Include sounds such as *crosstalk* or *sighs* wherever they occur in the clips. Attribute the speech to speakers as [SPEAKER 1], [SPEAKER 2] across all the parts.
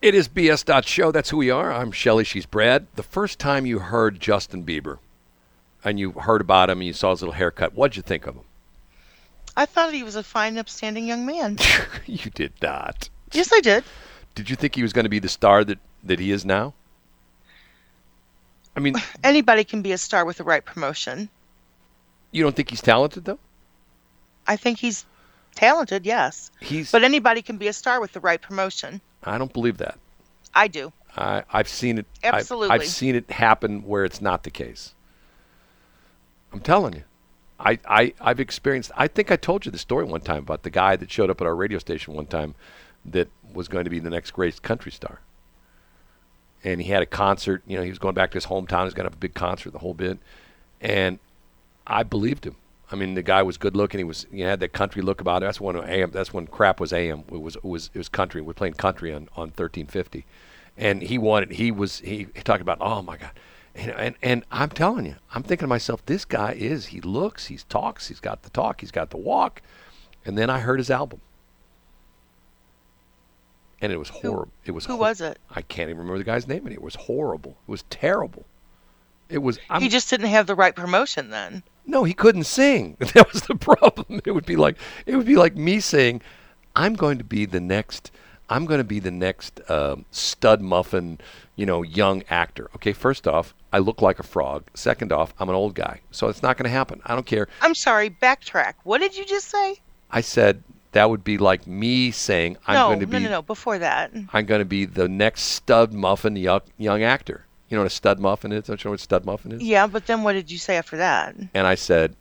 [SPEAKER 1] It is BS.show. That's who we are. I'm Shelly. She's Brad. The first time you heard Justin Bieber and you heard about him and you saw his little haircut, what'd you think of him?
[SPEAKER 2] I thought he was a fine, upstanding young man.
[SPEAKER 1] *laughs* you did not.
[SPEAKER 2] yes, I did.
[SPEAKER 1] Did you think he was going to be the star that, that he is now? I mean,
[SPEAKER 2] Anybody can be a star with the right promotion.
[SPEAKER 1] you don't think he's talented, though?
[SPEAKER 2] I think he's talented, yes.
[SPEAKER 1] He's.
[SPEAKER 2] But anybody can be a star with the right promotion.
[SPEAKER 1] I don't believe that.
[SPEAKER 2] I do.
[SPEAKER 1] I, I've seen it. I've- I've,
[SPEAKER 2] Absolutely.
[SPEAKER 1] seen it happen where it's not the case. I'm telling you. I, I, I've experienced, I think I told you the story one time about the guy that showed up at our radio station one time that was going to be the next great country star. And he had a concert, you know, he was going back to his hometown. He's going to have a big concert, the whole bit. And I believed him. I mean, the guy was good looking. He was, he had that country look about him. That's when AM. That's when crap was AM. It was, it was, it was country. We're playing country on on thirteen fifty, and he wanted. He was. He, he talked about. Oh my god, and, and and I'm telling you, I'm thinking to myself, this guy is. He looks. He talks. He's got the talk. He's got the walk. And then I heard his album, and it was horrible. It was.
[SPEAKER 2] Who
[SPEAKER 1] hor-
[SPEAKER 2] was it?
[SPEAKER 1] I can't even remember the guy's name. And it was horrible. It was terrible. It was. I'm,
[SPEAKER 2] he just didn't have the right promotion then.
[SPEAKER 1] no, he couldn't sing. *laughs* That was the problem. It would be like it would be like me saying, "I'm going to be the next. I'm going to be the next um, stud muffin, you know, young actor." Okay, first off, I look like a frog. Second off, I'm an old guy, so it's not going to happen. I don't care.
[SPEAKER 2] I'm sorry, backtrack. What did you just say?
[SPEAKER 1] I said that would be like me saying, "I'm
[SPEAKER 2] no,
[SPEAKER 1] going to
[SPEAKER 2] no,
[SPEAKER 1] be
[SPEAKER 2] no, no. Before that,
[SPEAKER 1] I'm going to be the next stud muffin young, young actor." You know what a stud muffin is? Don't you know what a stud muffin is?
[SPEAKER 2] yeah. But then, what did you say after that?
[SPEAKER 1] And I said,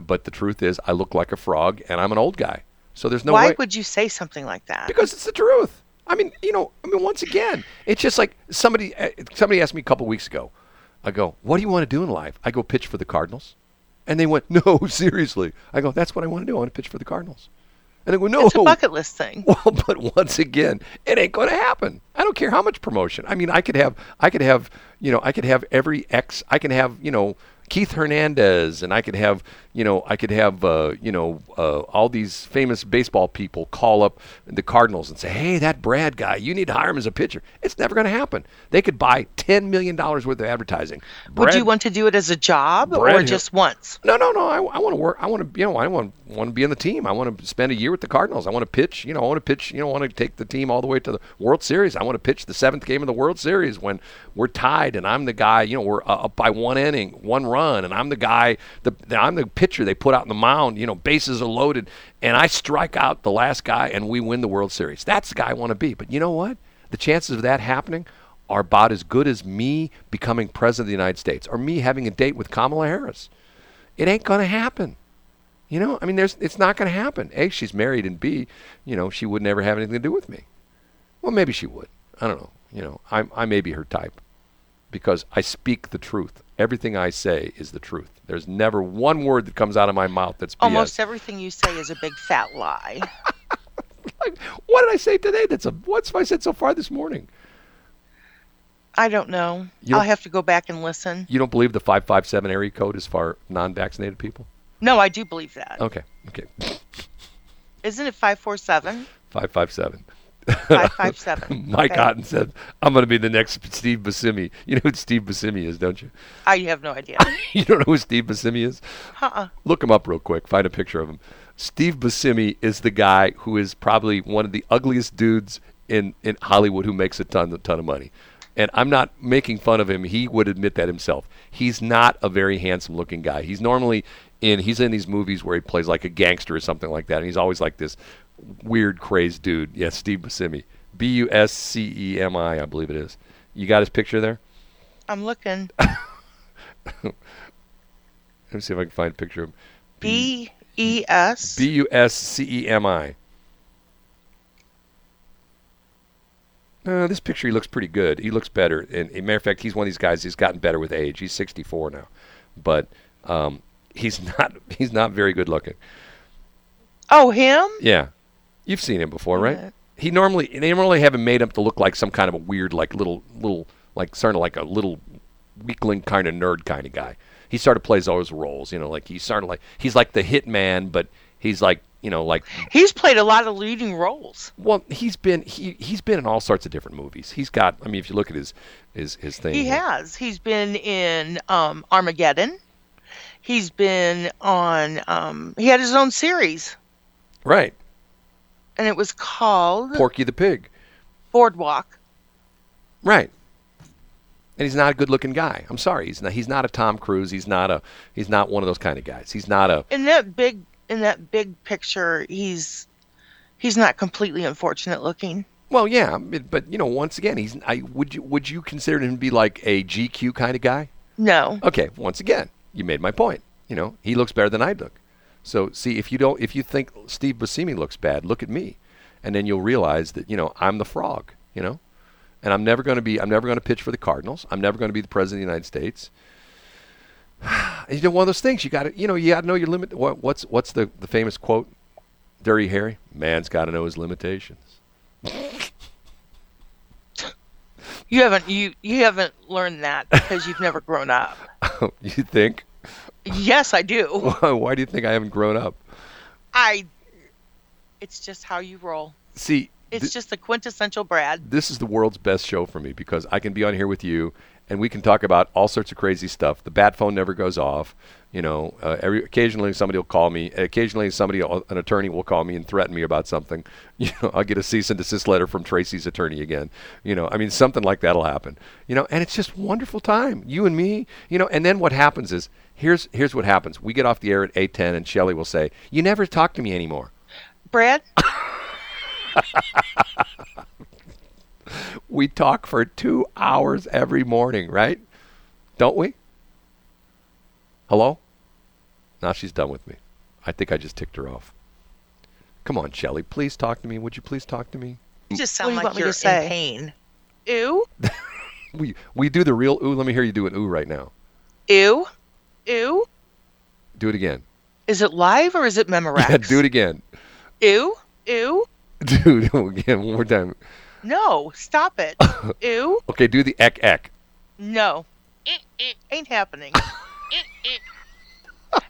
[SPEAKER 1] "But the truth is, I look like a frog, and I'm an old guy." So there's no
[SPEAKER 2] Why
[SPEAKER 1] way.
[SPEAKER 2] would you say something like that?
[SPEAKER 1] because it's the truth. I mean, you know, I mean, once again, it's just like somebody eh, somebody asked me a couple weeks ago. I go, "What do you want to do in life?" I go, "Pitch for the Cardinals," and they went, *laughs* "No, seriously." I go, "That's what I want to do. I want to pitch for the Cardinals," and they go, "No."
[SPEAKER 2] it's a bucket list thing.
[SPEAKER 1] *laughs* Well, but once again, it ain't going to happen. I don't care how much promotion. I mean, I could have, I could have, you know, I could have every ex. I can have, you know, Keith Hernandez, and I could have, you know, I could have, uh, you know, uh, all these famous baseball people call up the Cardinals and say, "Hey, that Brad guy, you need to hire him as a pitcher." It's never going to happen. They could buy ten million dollars worth of advertising.
[SPEAKER 2] would you
[SPEAKER 1] Brad-
[SPEAKER 2] want to do it as a job
[SPEAKER 1] Brad
[SPEAKER 2] or
[SPEAKER 1] Hill-
[SPEAKER 2] just once?
[SPEAKER 1] no, no, no. I, I want to work. I want to, you know, I want want to be on the team. I want to spend a year with the Cardinals. I want to pitch. You know, I want to pitch. You know, I want to take the team all the way to the World Series. I want to pitch the seventh game of the World Series when we're tied and I'm the guy. You know, we're uh, up by one inning, one run, and I'm the guy. The, the I'm the pitcher they put out in the mound. You know, bases are loaded, and I strike out the last guy, and we win the World Series. That's the guy I want to be. But you know what? The chances of that happening are about as good as me becoming president of the United States or me having a date with Kamala Harris it ain't going to happen. You know, I mean, there's it's not going to happen. A, she's married, and B, you know, she would never have anything to do with me. Well, maybe she would. I don't know. You know, I I may be her type because I speak the truth. Everything I say is the truth. There's never one word that comes out of my mouth that's BS.
[SPEAKER 2] Almost everything you say is a big fat lie.
[SPEAKER 1] *laughs* Like, what did I say today? That's a what's have I said so far this morning?
[SPEAKER 2] I don't know.
[SPEAKER 1] You
[SPEAKER 2] I'll
[SPEAKER 1] don't-
[SPEAKER 2] have to go back and listen.
[SPEAKER 1] You don't believe the five five seven area code is for non-vaccinated people?
[SPEAKER 2] No, I do believe that.
[SPEAKER 1] Okay, okay, *laughs*
[SPEAKER 2] Isn't it 547?
[SPEAKER 1] five five seven.
[SPEAKER 2] 557.
[SPEAKER 1] *laughs* Mike
[SPEAKER 2] Okay.
[SPEAKER 1] Otten said, "I'm going to be the next Steve Buscemi." You know who Steve Buscemi is, don't you? *laughs*
[SPEAKER 2] I have no idea.
[SPEAKER 1] You don't know who Steve Buscemi is?
[SPEAKER 2] Uh-uh.
[SPEAKER 1] Look him up real quick. Find a picture of him. Steve Buscemi is the guy who is probably one of the ugliest dudes in, in Hollywood who makes a ton a ton of money. And I'm not making fun of him. He would admit that himself. He's not a very handsome looking guy. He's normally in he's in these movies where he plays like a gangster or something like that. And he's always like this weird crazed dude. Yes, Steve Buscemi. B U S C E M I, I believe it is. You got his picture there?
[SPEAKER 2] I'm looking.
[SPEAKER 1] Let me see if I can find a picture of him.
[SPEAKER 2] B E S.
[SPEAKER 1] B U S C E M I. Uh, this picture, he looks pretty good. He looks better. And, a matter of fact, he's one of these guys. He's gotten better with age. He's 64 now, but um, he's *laughs* not. He's not very good looking.
[SPEAKER 2] Oh, him?
[SPEAKER 1] Yeah, you've seen him before, right?
[SPEAKER 2] Yeah.
[SPEAKER 1] He normally they normally have him made up to look like some kind of a weird, like little little like sort of like a little weakling kind of nerd kind of guy. He sort of plays all his roles, you know, like he's sort of like he's like the hitman, but he's like you know, like
[SPEAKER 2] He's played a lot of leading roles.
[SPEAKER 1] well, he's been he he's been in all sorts of different movies. He's got I mean, if you look at his his his thing,
[SPEAKER 2] He has. He's been in um, Armageddon. He's been on. Um, he had his own series,
[SPEAKER 1] right?
[SPEAKER 2] and it was called
[SPEAKER 1] Porky the Pig,
[SPEAKER 2] Boardwalk.
[SPEAKER 1] right? And he's not a good-looking guy. I'm sorry, he's not he's not a Tom Cruise. He's not a he's not one of those kind of guys. He's not a
[SPEAKER 2] In that big, in that big picture, he's he's not completely unfortunate looking.
[SPEAKER 1] well, yeah, I mean, but you know, once again, he's I would you would you consider him to be like a GQ kind of guy?
[SPEAKER 2] No,
[SPEAKER 1] Okay, once again, you made my point. You know, he looks better than I look. So see if you don't if you think Steve Buscemi looks bad, look at me, and then you'll realize that you know I'm the frog. You know, and I'm never going to be I'm never going to pitch for the Cardinals. I'm never going to be the president of the United States. *sighs* And you know, one of those things you got to you know you got to know your limit. What, what's what's the the famous quote? Dirty Harry, man's got to know his limitations. *laughs*
[SPEAKER 2] you haven't. You you haven't learned that because you've never grown up.
[SPEAKER 1] you think? *laughs*
[SPEAKER 2] Yes, I do.
[SPEAKER 1] Why do you think I haven't grown up?
[SPEAKER 2] I. It's just how you roll.
[SPEAKER 1] See,
[SPEAKER 2] It's just the quintessential Brad.
[SPEAKER 1] this is the world's best show for me because I can be on here with you and we can talk about all sorts of crazy stuff. The bat phone never goes off. You know, uh, every occasionally somebody will call me. Occasionally somebody, uh, an attorney, will call me and threaten me about something. *laughs* You know, I'll get a cease and desist letter from Tracy's attorney again. You know, I mean something like that'll happen. You know, and it's just wonderful time, you and me. You know, and then what happens is here's here's what happens. We get off the air at eight ten, and Shelly will say, "You never talk to me anymore."
[SPEAKER 2] Brad,
[SPEAKER 1] We talk for two hours every morning, right? Don't we? Hello? Now she's done with me. I think I just ticked her off. Come on, Shelly, please talk to me. Would you please talk to me?
[SPEAKER 2] you just
[SPEAKER 3] What do
[SPEAKER 2] sound
[SPEAKER 3] you
[SPEAKER 2] like
[SPEAKER 3] want me to
[SPEAKER 2] you're
[SPEAKER 3] say?
[SPEAKER 2] in pain. Ew,
[SPEAKER 1] We we do the real ooh. Let me hear you do an ooh right now.
[SPEAKER 2] ew, ew.
[SPEAKER 1] Do it again. *laughs*
[SPEAKER 2] Is it live or is it memorized?
[SPEAKER 1] Yeah, do it again. *laughs*
[SPEAKER 2] Ew, ew.
[SPEAKER 1] Do it again one more time.
[SPEAKER 2] No, stop it. ew,
[SPEAKER 1] Okay, do the ek ek.
[SPEAKER 2] no.
[SPEAKER 3] Eh,
[SPEAKER 2] Ain't happening.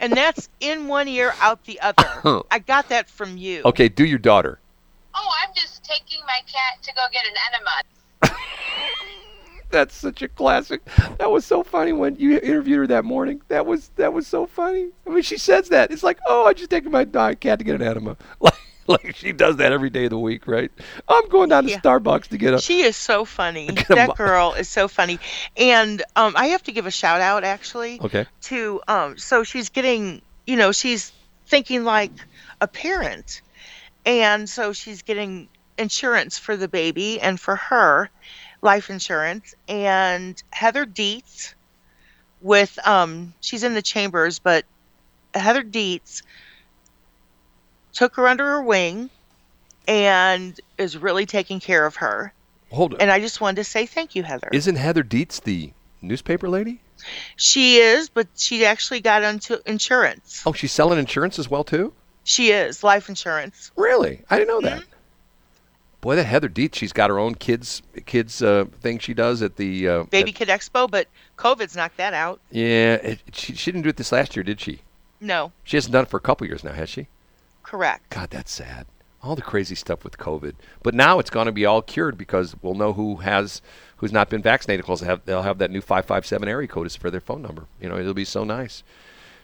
[SPEAKER 2] and that's in one ear, out the other. I got that from you.
[SPEAKER 1] Okay, do your daughter.
[SPEAKER 3] Oh, I'm just taking my cat to go get an enema.
[SPEAKER 1] That's such a classic. That was so funny when you interviewed her that morning. That was that was so funny. I mean, she says that. It's like, oh, I just taking my dog cat to get an enema. *laughs* Like, like she does that every day of the week, right? I'm going down
[SPEAKER 2] Yeah.
[SPEAKER 1] to Starbucks to get a.
[SPEAKER 2] She is so
[SPEAKER 1] *laughs*
[SPEAKER 2] funny.
[SPEAKER 1] Get a mo-
[SPEAKER 2] That girl is so funny. And um, I have to give a shout out actually
[SPEAKER 1] Okay.
[SPEAKER 2] to um, so she's getting you know she's thinking like a parent, and so she's getting insurance for the baby and for her life insurance and Heather Dietz with um she's in the chambers but Heather Dietz took her under her wing and is really taking care of her
[SPEAKER 1] Hold on.
[SPEAKER 2] and I just wanted to say thank you, Heather.
[SPEAKER 1] Isn't Heather Dietz the newspaper lady?
[SPEAKER 2] she is, but she actually got into insurance.
[SPEAKER 1] Oh, she's selling insurance as well too.
[SPEAKER 2] She is life insurance.
[SPEAKER 1] Really? I didn't know that.
[SPEAKER 2] Mm-hmm.
[SPEAKER 1] Boy, that Heather Dietz, she's got her own kids kids uh, thing she does at the uh,
[SPEAKER 2] Baby
[SPEAKER 1] at-
[SPEAKER 2] Kid Expo, but COVID's knocked that out.
[SPEAKER 1] yeah, it, she, she didn't do it this last year, did she?
[SPEAKER 2] No,
[SPEAKER 1] She hasn't done it for a couple years now, has she?
[SPEAKER 2] correct.
[SPEAKER 1] God, that's sad. All the crazy stuff with COVID, but now it's going to be all cured because we'll know who has who's not been vaccinated. Because they'll have, they'll have that new five five seven area code is for their phone number. You know, it'll be so nice.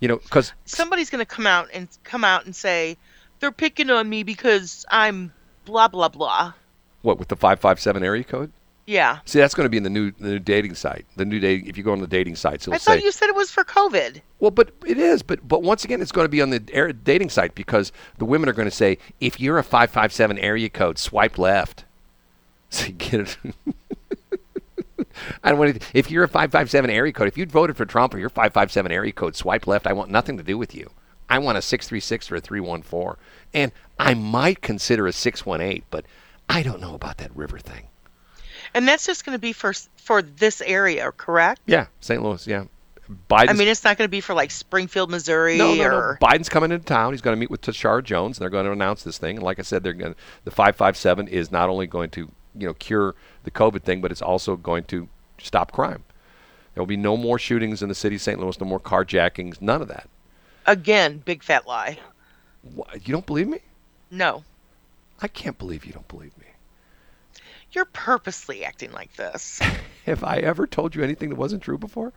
[SPEAKER 1] You know, because
[SPEAKER 2] Somebody's going to come out and come out and say they're picking on me because I'm blah blah blah.
[SPEAKER 1] what with the five five seven area code?
[SPEAKER 2] Yeah.
[SPEAKER 1] See, that's going to be in the new the new dating site. The new dating. If you go on the dating sites, it'll
[SPEAKER 2] I
[SPEAKER 1] say
[SPEAKER 2] thought you said it was for COVID.
[SPEAKER 1] Well, but it is. But but once again, it's going to be on the air dating site because the women are going to say, if you're a five five seven area code, swipe left. *laughs* So you get it. I don't want to, if you're a five five seven area code. If you voted for Trump or you're five five seven area code, swipe left. I want nothing to do with you. I want a six three six or a three one four, and I might consider a six one eight, but I don't know about that river thing.
[SPEAKER 2] And that's just going to be for for this area, correct?
[SPEAKER 1] Yeah, St. Louis. Yeah, Biden.
[SPEAKER 2] I mean, it's not going to be for like Springfield, Missouri
[SPEAKER 1] No, no, no.
[SPEAKER 2] or
[SPEAKER 1] Biden's coming into town. He's going to meet with Tashara Jones, and they're going to announce this thing. And like I said, they're going to, the five five seven is not only going to you know cure the COVID thing, but it's also going to stop crime. There will be no more shootings in the city of St. Louis, no more carjackings, none of that.
[SPEAKER 2] again, big fat lie.
[SPEAKER 1] Wha- You don't believe me?
[SPEAKER 2] No,
[SPEAKER 1] I can't believe you don't believe me.
[SPEAKER 2] you're purposely acting like this.
[SPEAKER 1] Have I ever told you anything that wasn't true before?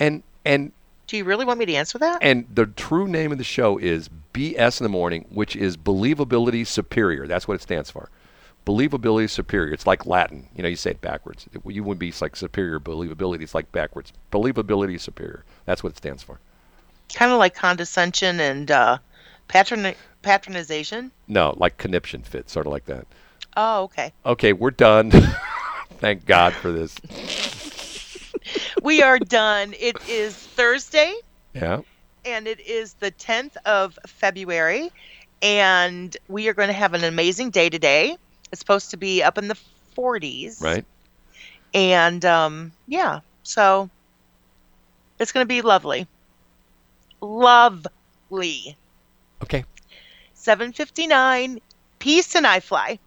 [SPEAKER 1] And and
[SPEAKER 2] Do you really want me to answer that?
[SPEAKER 1] and the true name of the show is BS in the morning, which is believability superior. That's what it stands for. Believability superior. It's like Latin. You know, you say it backwards. It- you wouldn't be it's like superior believability. It's like backwards. Believability superior. That's what it stands for.
[SPEAKER 2] kind of like condescension and uh, patron patronization.
[SPEAKER 1] No, like conniption fit, sort of like that.
[SPEAKER 2] Oh, okay.
[SPEAKER 1] Okay, we're done. *laughs* Thank God for this.
[SPEAKER 2] We
[SPEAKER 1] *laughs*
[SPEAKER 2] are done. It is Thursday,
[SPEAKER 1] Yeah.
[SPEAKER 2] and it is the 10th of February, and we are going to have an amazing day today. It's supposed to be up in the 40s,
[SPEAKER 1] Right.
[SPEAKER 2] And um, yeah, so it's going to be lovely, lovely.
[SPEAKER 1] Okay.
[SPEAKER 2] 7:59. Peace and I fly.